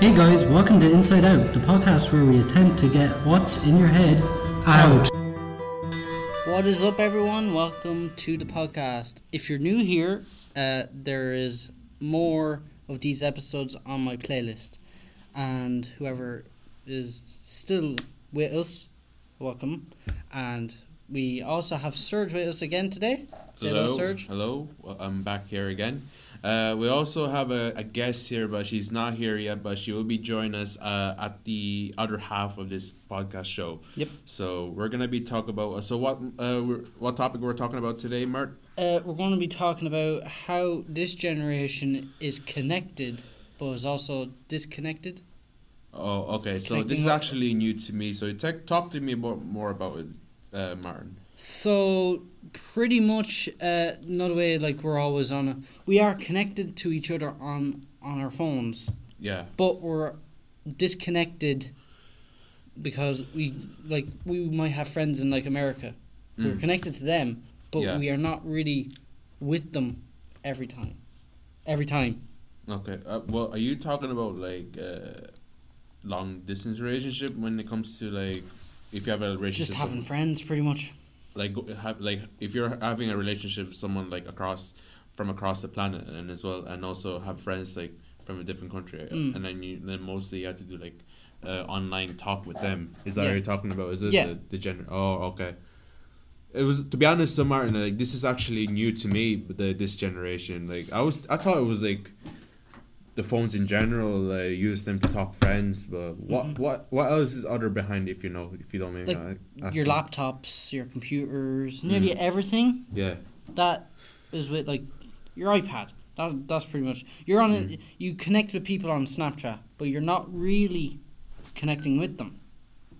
Hey guys, welcome to Inside Out, the podcast where we attempt to get what's in your head out. What is up, everyone? Welcome to the podcast. If you're new here, uh, there is more of these episodes on my playlist. And whoever is still with us, welcome. And we also have Serge with us again today. Say hello, Serge. Hello. Well, I'm back here again. Uh, we also have a, a guest here, but she's not here yet. But she will be joining us uh, at the other half of this podcast show. Yep. So we're gonna be talking about. So what uh, we're, what topic we're talking about today, Mert? Uh, we're going to be talking about how this generation is connected, but is also disconnected. Oh, okay. So Connecting this is up. actually new to me. So tech, talk to me more, more about it, uh, Martin. So pretty much, uh, another way like we're always on. A, we are connected to each other on on our phones, Yeah. but we're disconnected because we like we might have friends in like America. We're Mm. connected to them, but Yeah. we are not really with them every time. Every time. Okay. Uh, well, are you talking about like uh, long distance relationship when it comes to like if you have a relationship? Just with- having friends, pretty much. like go- have like if you're having a relationship with someone like across from across the planet and as well and also have friends like from a different country uh, Mm. and then you then mostly you have to do like uh, online talk with them is that Yeah. what you're talking about is it Yeah. the, the gender oh okay it was to be honest so martin like this is actually new to me but the, this generation like i was i thought it was like the phones in general uh, use them to talk friends but what what what else is other behind if you know if you don't mind Mm-hmm. Like, uh, asking? Your laptops, your Mm. computers, nearly everything yeah that is with like your iPad. That, that's pretty much you're on it. You connect with people on Snapchat, but you're not really connecting with them.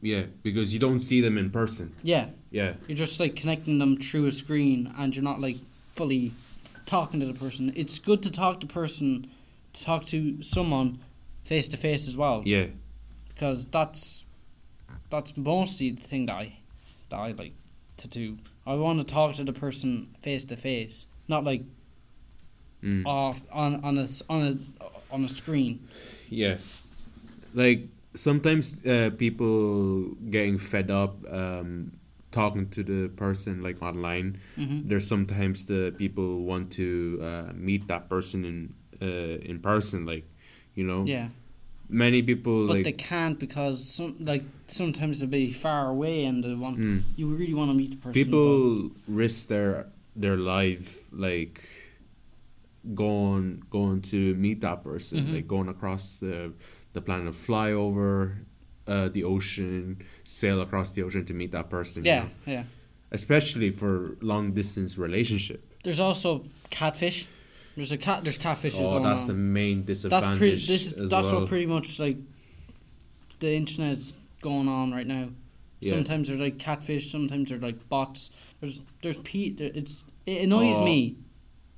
Yeah, because you don't see them in person. Yeah, Yeah. you're just like connecting them through a screen, and you're not like fully talking to the person. It's good to talk to person, to talk to someone face to face as well, Yeah. because that's that's mostly the thing that I that I like to do. I want to talk to the person face to face, not like Mm. off on on a s- on a on a screen. Yeah. Like sometimes uh, people getting fed up um, talking to the person like online. Mhm. There's sometimes the people want to uh, meet that person in uh, in person, like you know. Yeah, Many people but like. they can't because some like sometimes they'll be far away and they want Mm. you really want to meet the person. people risk their their life like going going to meet that person Mhm. like going across the the planet fly over uh, the ocean sail across the ocean to meet that person but- you yeah, know? yeah. especially for long distance relationship There's also catfish. There's a cat. There's catfish. oh going that's the on. main that's disadvantage pretty. This as is, that's well what pretty much like the internet's going on right now. Yeah. Sometimes they're like catfish. Sometimes they're like bots. There's there's Pete. There, it's it annoys Oh, me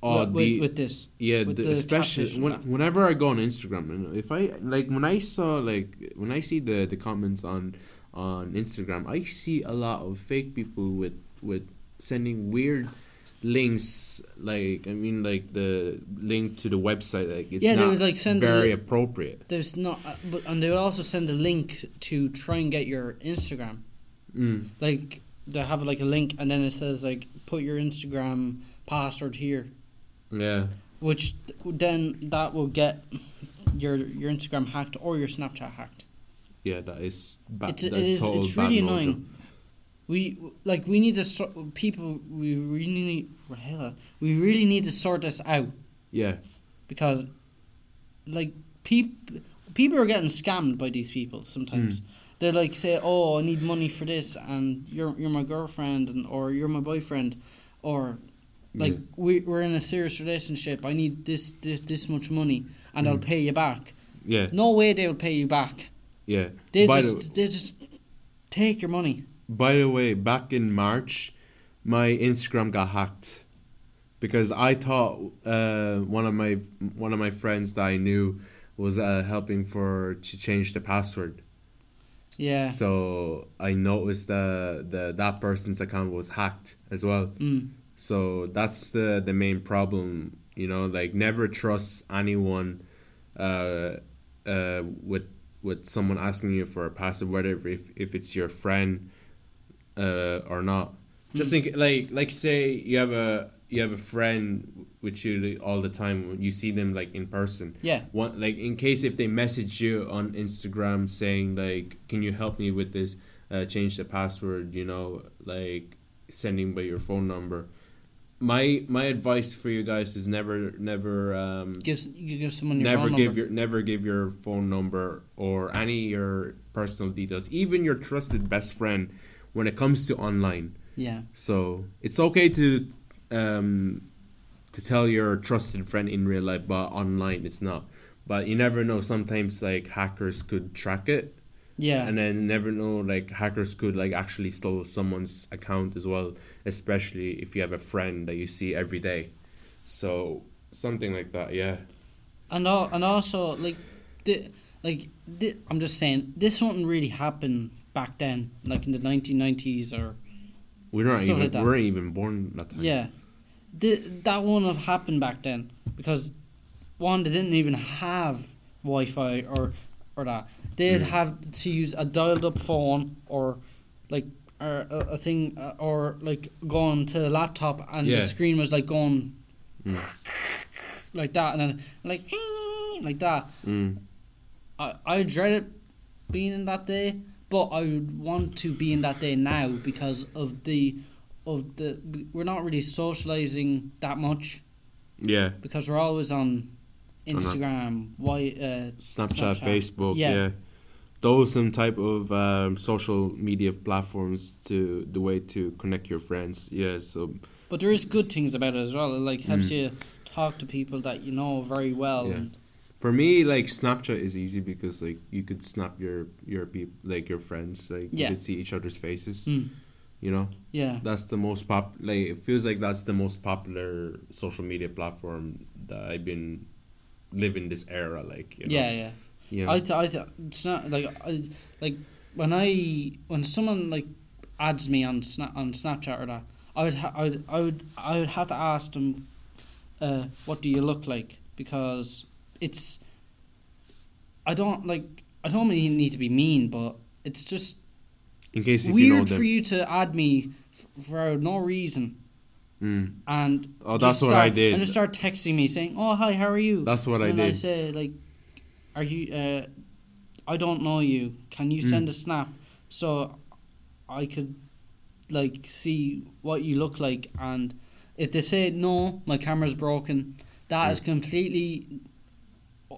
oh, with, the- with this. Yeah, with the, the especially catfish when, and that. whenever I go on Instagram, and if I like when I saw like when I see the the comments on on Instagram, I see a lot of fake people with with sending weird links. Like I mean, like the link to the website, like it's Yeah, they not would, like, send the very li- appropriate. There's not, uh, but and they would also send a link to try and get your Instagram. Mm. Like they have like a link, and then it says like put your Instagram password here, Yeah, which th- then that will get your your Instagram hacked or your Snapchat hacked. yeah, that is bad. It's it That's is total it's bad really mojo. annoying. We like we need to sort people. We really need Rahela, we really need to sort this out Yeah, because like people people are getting scammed by these people sometimes. Hmm. They like say, "Oh, I need money for this," and you're you're my girlfriend, and or you're my boyfriend, or like Yeah. we we're in a serious relationship. I need this this this much money, and I'll pay you back. Hmm. yeah, No way they'll pay you back. yeah. They By the- just they just take your money. By the way, back in March, my Instagram got hacked because I thought uh, one of my one of my friends that I knew was uh, helping for to change the password. Yeah. So I noticed that the that person's account was hacked as well. Mm. So that's the the main problem, you know, like never trust anyone uh uh, with with someone asking you for a password, whatever, if if it's your friend, uh, or not. Just think, like like say you have a you have a friend with you like, all the time. when You see them like in person. Yeah. One like in case if they message you on Instagram saying like, "Can you help me with this? Uh, change the password." You know, like sending by your phone number. My my advice for you guys is never never um, Gives you give someone your never phone give number. your never give your phone number or any of your personal details even your trusted best friend when it comes to online yeah. so it's okay to um to tell your trusted friend in real life but online it's not but you never know sometimes like hackers could track it Yeah. and then you never know like hackers could like actually steal someone's account as well especially if you have a friend that you see every day so something like that yeah and all, and also like the like the, I'm just saying this wouldn't really happen back then, like in the 1990s or We're not Stuff even like that. we weren't even born that time. yeah, the, that wouldn't have happened back then because one they didn't even have Wi-Fi or or that they'd Mm. have to use a dialed-up phone or like or a, a thing uh, or like going to the laptop and Yeah. Mm. the screen was like going like that and then like like that Mm. I, I dread it being in that day, but I would want to be in that day now because of the of the we're not really socializing that much Yeah. because we're always on On that. Instagram. Why? Uh, Snapchat, Snapchat. Facebook, yeah. Yeah. Those some type of um, social media platforms to the way to connect your friends. Yeah, so but there is good things about it as well. It like helps you talk to people that you know very well. Mm. Yeah. And, for me like Snapchat is easy because like you could snap your your people like your friends, like Yeah. you could see each other's faces. Mm. You know? yeah. That's the most pop like it feels like that's the most popular social media platform that I've been living this era like you know? yeah. Yeah. Yeah. I, th- I th- it's not like I, like when I when someone like adds me on Sna- on Snapchat or that I would ha- I would I would I would have to ask them, uh, what do you look like? Because it's I don't like I don't mean need to be mean, but it's just In case if you know weird them. for you to add me f- for no reason Mm. and Oh, just that's what I start- did. and just start texting me saying, "Oh, hi, how are you?" That's what I and I did. say like, "Are you? Uh, I don't know you. Can you Mm. send a snap so I could like see what you look like?" And if they say no, my camera's broken. That Mm. is completely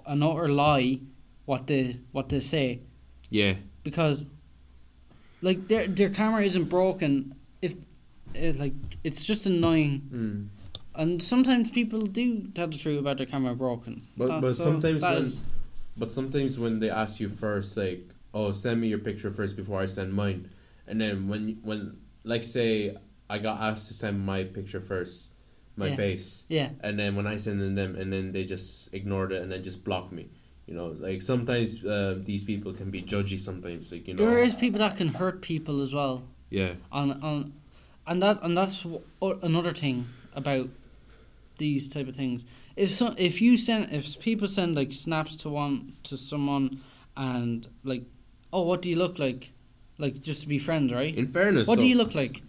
an utter lie. What they what they say Yeah. because like their their camera isn't broken. If it, like it's just annoying. Mm. And sometimes people do tell the truth about their camera broken. But That's- but Oh, so sometimes that when is- but sometimes when they ask you first, like, oh, send me your picture first before I send mine, and then when when like say I got asked to send my picture first, my Yeah. face, yeah, and then when I send in them, and then they just ignored it and then just blocked me. You know, like sometimes uh, these people can be judgy. Sometimes, like you know, there is people that can hurt people as well. yeah, On on, and that and that's wh- o- another thing about these type of things. If so, if you send if people send like snaps to one to someone, and like, oh, what do you look like? Like just to be friends, right? in fairness, What though- do you look like?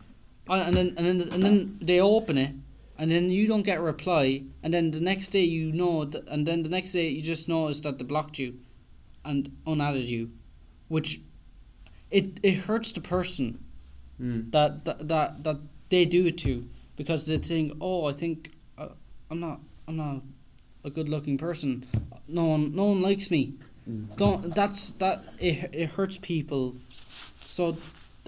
Uh, and then and then and then they open it, and then you don't get a reply, and then the next day you know, th- and then the next day you just notice that they blocked you, and unadded you, which, it it hurts the person Mm. that that that, that they do it to because they think, oh, I think uh, I'm not I'm not a good looking person. No one no one likes me. Don't that's that it it hurts people. So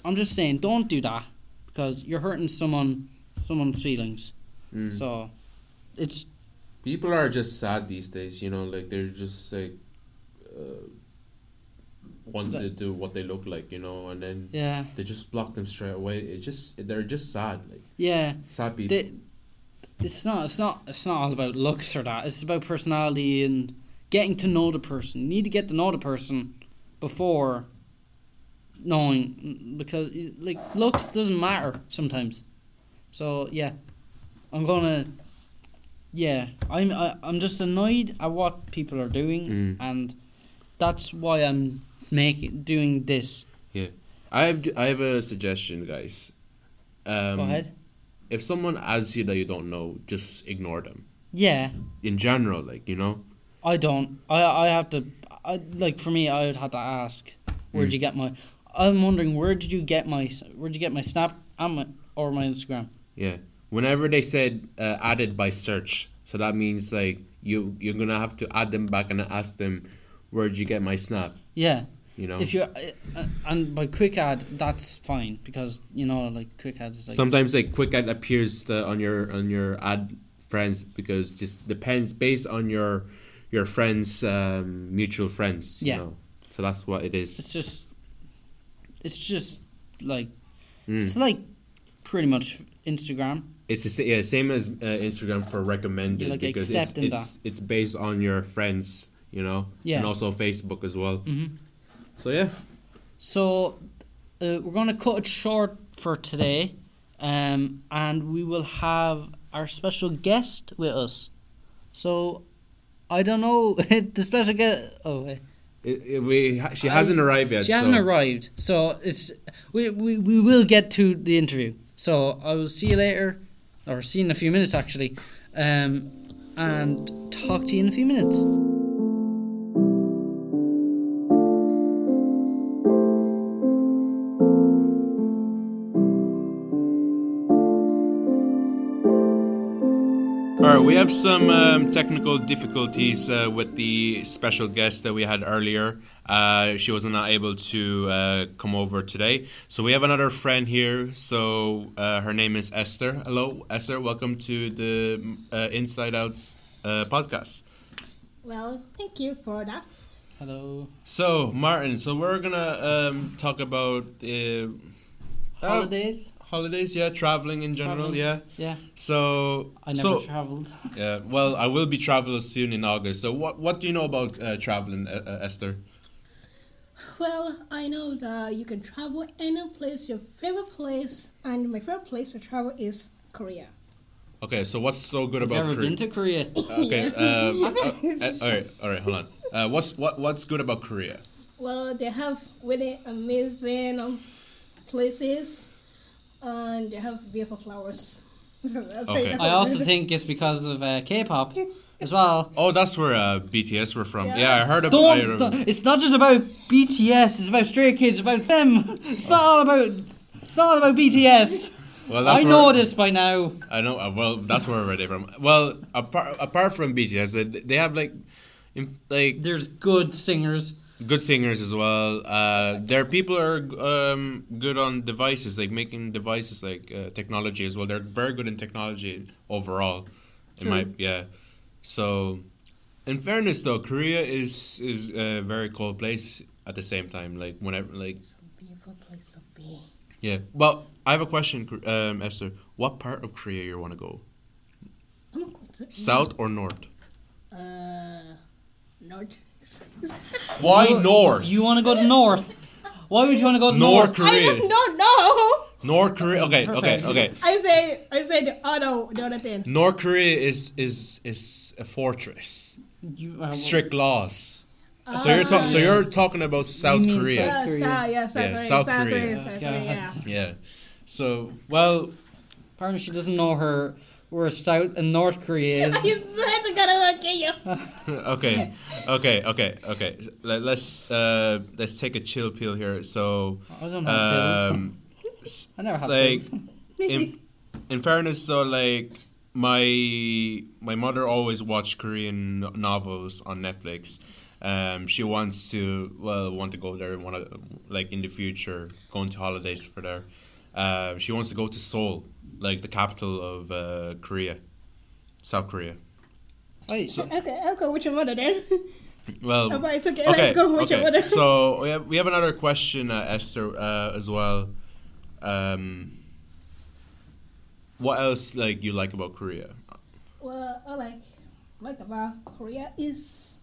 I'm just saying, don't do that because you're hurting someone someone's feelings. Mm. So it's people are just sad these days you know like they're just like uh, want to Like- do what they look like you know and then yeah they just block them straight away it just they're just sad like yeah. sad people They, it's not it's not it's not all about looks or that. It's about personality and getting to know the person. You need to get to know the person before knowing because like looks doesn't matter sometimes. So yeah, I'm gonna. Yeah, I'm I, I'm just annoyed at what people are doing, Mm. and that's why I'm making doing this. Yeah. I have I have a suggestion, guys. Um, Go ahead. If someone asks you that you don't know, just ignore them. Yeah, In general, like you know. I don't. I I have to. I like for me, I would have to ask. Where'd you get my? I'm wondering where did you get my? Where'd you get my snap? And my or my Instagram? Yeah. Whenever they said uh, added by search, so that means like you you're gonna have to add them back and ask them, where'd you get my snap? Yeah. You know. If you uh, and by quick ad, that's fine because you know like quick ad is like Sometimes like quick ad appears the, on your on your ad friends because just depends based on your your friends um, mutual friends. You Yeah. know? So that's what it is. it's just it's just like Mm. it's like pretty much Instagram. It's the sa- yeah, same as uh, Instagram for recommended You're, like, because it's accepting it's, it's based on your friends, you know, Yeah. and also Facebook as well. Mhm. So yeah, So uh, we're gonna cut it short for today, um, and we will have our special guest with us. So I don't know if the special guest. Oh, wait. it, it- we ha- she I- hasn't arrived yet. she hasn't so- arrived. So it's we, we we will get to the interview. So I will see you later, or see you in a few minutes actually, um, and talk to you in a few minutes. All right, we have some um, technical difficulties uh, with the special guest that we had earlier. Uh, she was not able to uh, come over today. So we have another friend here. So uh, her name is Esther. Hello, Esther. Welcome to the uh, Inside Out uh, podcast. Well, thank you for that. Hello, So, Martin, so we're going to um, talk about uh, uh, holidays. holidays, yeah, traveling in general, Traveling. yeah. Yeah, So, I never so, travelled. Yeah, well, I will be traveling soon in August. So, what what do you know about uh, traveling, uh, uh, Esther? Well, I know that you can travel any place, your favorite place, and my favorite place to travel is Korea. Okay, so what's so good Have you about ever Korea? been to Korea? okay, um, uh, uh, Yes. all right, all right, hold on. Uh, what's what what's good about Korea? Well, they have really amazing um, places, and they have beautiful flowers. So that's why Okay. that I also was- think it's because of uh, K-pop as well. Oh, that's where uh, BTS were from. Yeah, I heard of. I Don't, rem- don't- It's not just about BTS. It's about Stray Kids. About them. It's not all about. It's not all about BTS. well, I that's know where- this by now. I know. Uh, well, that's where they're from. Well, apart apart from BTS, uh, they have like, in, like There's good singers. good singers as well. Uh, their people are um, good on devices, like making devices, like uh, technology as well. They're very good in technology overall. In my yeah, so in fairness though, Korea is is a very cold place at the same time. Like whenever, like Beautiful place to be. yeah. Well, I have a question, Kor- um, Esther. What part of Korea you want to go? I'm not going Mm. to. South or north? Uh, North. Why north? You want to go to North? Why would you want to go to North North? I Korea? don't, don't know. North Korea. Okay, okay, Perfect. okay. I say I say the other the other thing. North Korea is is is a fortress. You, uh, strict laws. so you're talking. So you're talking about South mean Korea. South- Yeah, Korea. Uh, South, yeah, South Yeah, Korea, South South Korea. Korea, South Yeah. Korea, yeah. Yeah. So well, Apparently, she doesn't know her where South and North Korea You is. swear to God, I will kill you. okay, okay, okay, okay. Let, let's uh, let's take a chill pill here. So, I don't have um, pills. I never have like, pills. in, in fairness though, like my my mother always watched Korean no- novels on Netflix. Um, she wants to well want to go there and want to like in the future going to holidays for there. Uh, she wants to go to Seoul, like the capital of uh, Korea, South Korea. Wait, Okay, I'll go with your mother then. Well, Oh, but it's okay, let's go with your mother. So we have, we have another question, uh, Esther, uh, as well. Um, what else like you like about Korea? well, I like like about Korea is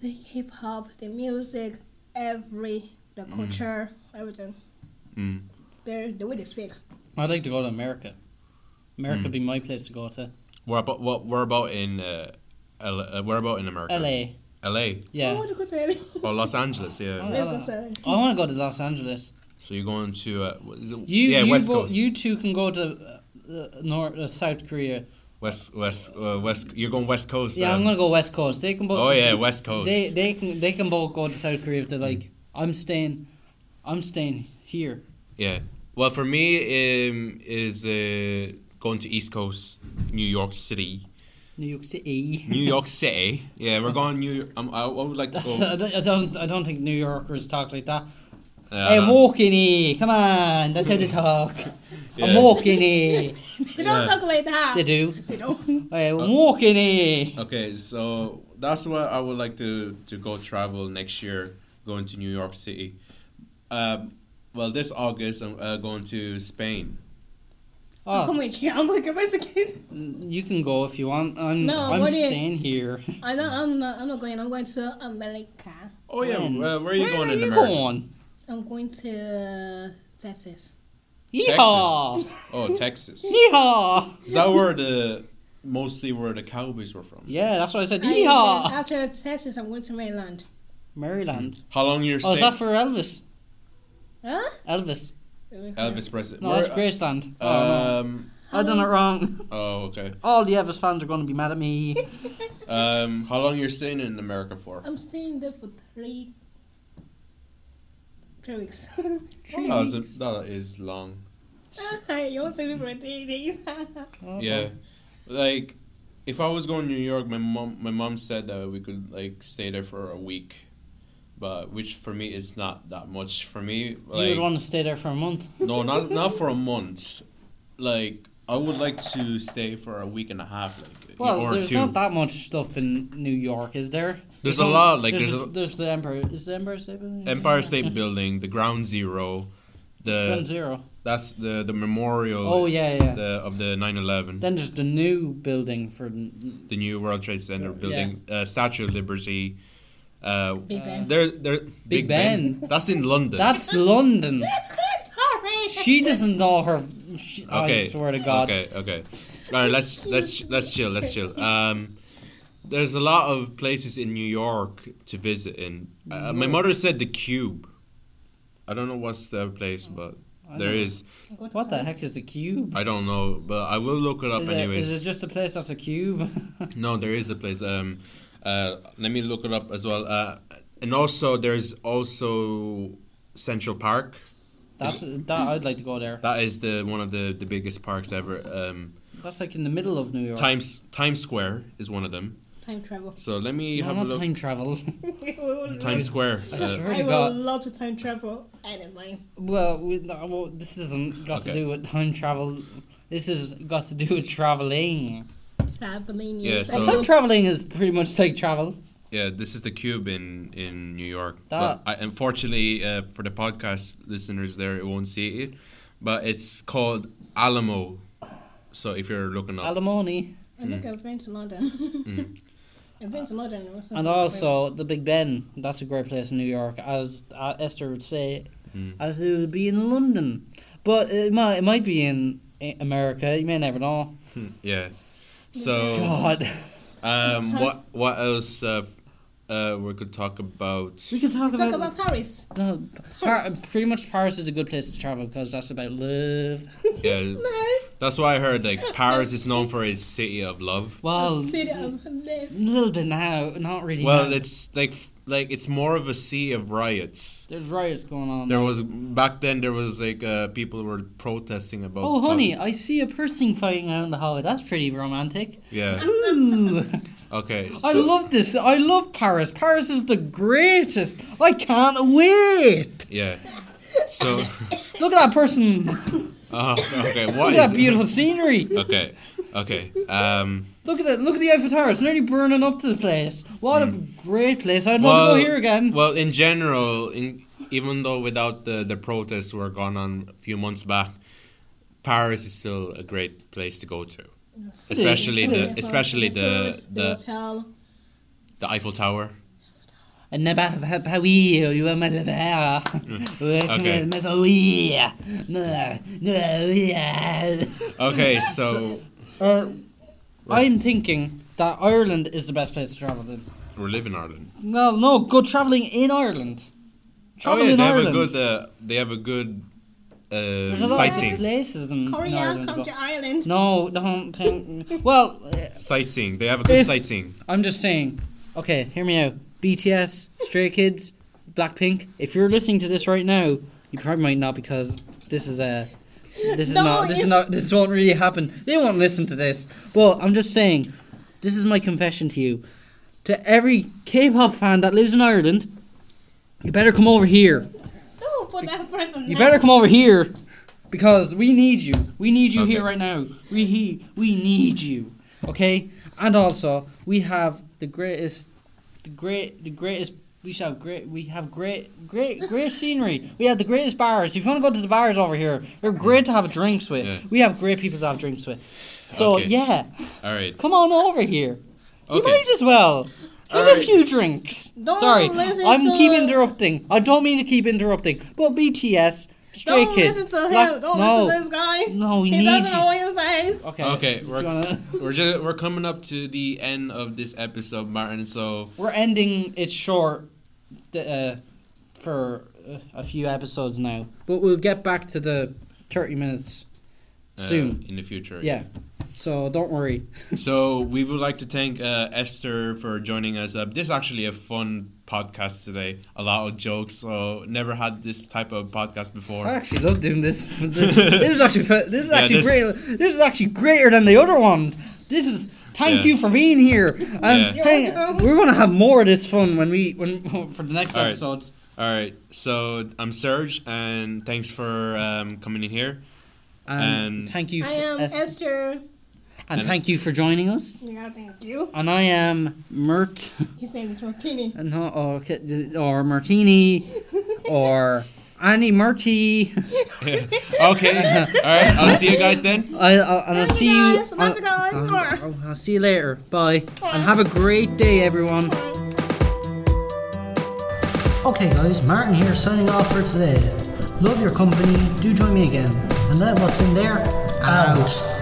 the hip hop, the music, every the culture, everything. Mm. They're, the way they speak. I'd like to go to America. America would be my place to go to. Where about what? Where about in uh, L- uh, where about in America? L.A. L.A. I Yeah. want to go to LA. or Los Angeles. Yeah. Let's go to LA. I want to go to Los Angeles. So you're going to uh, what is it? You yeah you, West go, Coast. you two can go to uh, uh, North uh, South Korea. West West uh, West. You're going West Coast. Yeah, I'm um, gonna go West Coast. They can both. Oh yeah, West Coast. They they can they can both go to South Korea if they like. I'm staying, I'm staying here. Yeah. Well, for me, um, is uh, going to East Coast, New York City, New York City. New York City. Yeah, we're going New York. Um, I, I would like to I go. don't- I don't I don't think New Yorkers talk like that. Uh, Hey, I'm walking here. Come on, that's how they talk. I'm Yeah. walking here. They don't Yeah. talk like that. They do. They don't. Uh, Hey, I'm walking here. okay, so that's what I would like to to go travel next year, going to New York City. Um, well, this August I'm uh, going to Spain. Oh. Come Oh, with you. I'm like a Mexican. you can go if you want. I'm No, I'm what do you- staying here. I'm not, I'm not. I'm not going. I'm going to America. Oh yeah, When? uh, where are you Where going are in you America? going? I'm going to uh, Texas. Yeehaw! Oh, Texas. Yeehaw! Is that where the mostly where the Cowboys were from? Yeah, that's what I said. I- Yeehaw! then after Texas, I'm going to Maryland. Maryland. How long you're Oh, staying? is that for Elvis? Huh? Elvis. Elvis Presley. No, Where- uh, that's Graceland. Um. I done it wrong. Oh, okay. All the Elvis fans are going to be mad at me. Um, how long you're staying in America for? I'm staying there for three. Three weeks. Three Oh, weeks. so that is long. you want to stay for three days? Uh-huh. Yeah, like if I was going to New York, my mom my mom said that we could like stay there for a week, but which for me is not that much. For me, you like would want to stay there for a month. no, not not for a month. Like I would like to stay for a week and a half, like Well, or there's two. not that much stuff in New York, is there? There's a lot, like, there's there's a- there's the Empire. Is the Empire State Building? Empire State Building, the Ground Zero, It's Ground the Zero. that's the the memorial. Oh yeah, yeah. Uh, The, of the 9-11 then there's the new building for n- the new World Trade Center Yeah. building, uh, Statue of Liberty. Uh, Big Ben. There, there. Big Ben. That's in London. that's London. Hurry! She doesn't know her. She, okay. I swear to God. Okay, okay. All right, let's let's let's chill. Let's chill. Um, there's a lot of places in New York to visit. In uh, my mother said the Cube. I don't know what's the place, but there is. What the heck is the cube? I don't know, but I will look it up Is it, anyways. is it just a place that's a cube? No, there is a place. Um, uh, let me look it up as well. Uh, and also there's also Central Park. that's that I'd like to go there. That is the one of the, the biggest parks ever. Um, That's like in the middle of New York. Times Times Square is one of them. Time travel. So let me No, have a not look. time travel. Times Square. Uh, swear I to will God. love to time travel anything. Well, we, no, well this isn't got to Okay. do with time travel. This has got to do with traveling. Traveling, Yeah, yes. so- I Time will- traveling is pretty much like travel. yeah, this is the Cube in in New York. That- But I, unfortunately, uh, for the podcast listeners, there it won't see it, but it's called Alamo. So if you're looking up, Alimony. I think I've been to London. I've been to London. it was- And also the Big Ben. That's a great place in New York, as uh, Esther would say, Hmm. as it would be in London. But it might, it might be in eh, America. You may never know. yeah. So God, Uh-huh. um, what what else uh, uh, we could talk about? we can talk about, Talk about Paris. no. Par- pretty much Paris is a good place to travel because that's about love. Yeah, that's why I heard like Paris is known for its city of love. Well, City of a little bit now, not really. Well, now. it's like like it's more of a sea of riots. there's riots going on. There was back then there was like uh, people were protesting about. Oh, honey, I see a person fighting around the hallway. That's pretty romantic. Yeah. Ooh, Okay. I so- love this. I love Paris. Paris is the greatest. I can't wait. Yeah. So. Look at that person. Oh, okay. Look What at is? that beautiful scenery. Okay. Okay. Um. Look at that. Look at the Eiffel Tower. It's nearly burning up to the place. What a great place. I'd love to go here again. Hmm. Well, in general, in even though without the the protests were gone on a few months back, Paris is still a great place to go to. Especially the especially the food, the, hotel. the Eiffel Tower. And now back- back- back- we, oh, you are my lover. Welcome Hmm. Okay. to my- we. No, no, we. Okay, so Uh, I'm thinking that Ireland is the best place to travel to. or live in Ireland. Well, no, go traveling in Ireland. Travel oh yeah, in they Ireland. have a good. Uh, they have a good uh, There's a lot sightseeing. of places in, in Korea, Ireland. come but- to Ireland. no, don't think. Well, uh, Sightseeing. They have a good If- sightseeing. I'm just saying. Okay, hear me out. BTS, Stray Kids, Blackpink. If you're listening to this right now, you probably might not because this is a. This is No, not. This is you- not. This won't really happen. They won't listen to this. Well, I'm just saying. This is my confession to you. To every K-pop fan that lives in Ireland, you better come over here. No, put that person. You down. better come over here because we need you. We need you here Okay. right now. We he, we need you. Okay? And also, we have the greatest the great the greatest we shall great we have great great great scenery. We have the greatest bars. If you want to go to the bars over here, they're great to have drinks with. Yeah. We have great people to have drinks with. So Okay. yeah, All right. come on over here. You Okay. might as well. Have a Alright. few drinks. Don't Sorry, listen I'm to keep him. interrupting. I don't mean to keep interrupting, but BTS, Stray Don't Kids, listen to him. Black- Don't no, listen to this guy. no, we he need doesn't you. know what he's saying. Okay, Okay, if you we're, wanna- we're just we're coming up to the end of this episode, Martin. So we're ending it short th- uh, for uh, a few episodes now, but we'll get back to the thirty minutes uh, soon. in the future. Yeah, so don't worry. So we would like to thank uh, Esther for joining us. Uh, this is actually a fun podcast today. A lot of jokes. So never had this type of podcast before. I actually love doing this. This, this is actually fe- this is Yeah, actually this- great. This is actually greater than the other ones. This is thank Yeah. you for being here. And Yeah. hang- we're gonna have more of this fun when we when for the next All right. episodes. All right. So I'm Serge, and thanks for um, coming in here. And, And- Um, thank you. I For, am Es- Esther. and thank you for joining us. Yeah, thank you. And I am Mert. His name is Martini. No, oh, okay, th- or Martini, or Annie Murty. Okay. All right. I'll see you guys then. I, I'll, and I'll Love you see you. guys, I'll- love you guys. I'll- I'll- I'll see you later. Bye. And have a great day, everyone. Okay, guys, Martin here signing off for today. Love your company. Do join me again. And let what's in there out.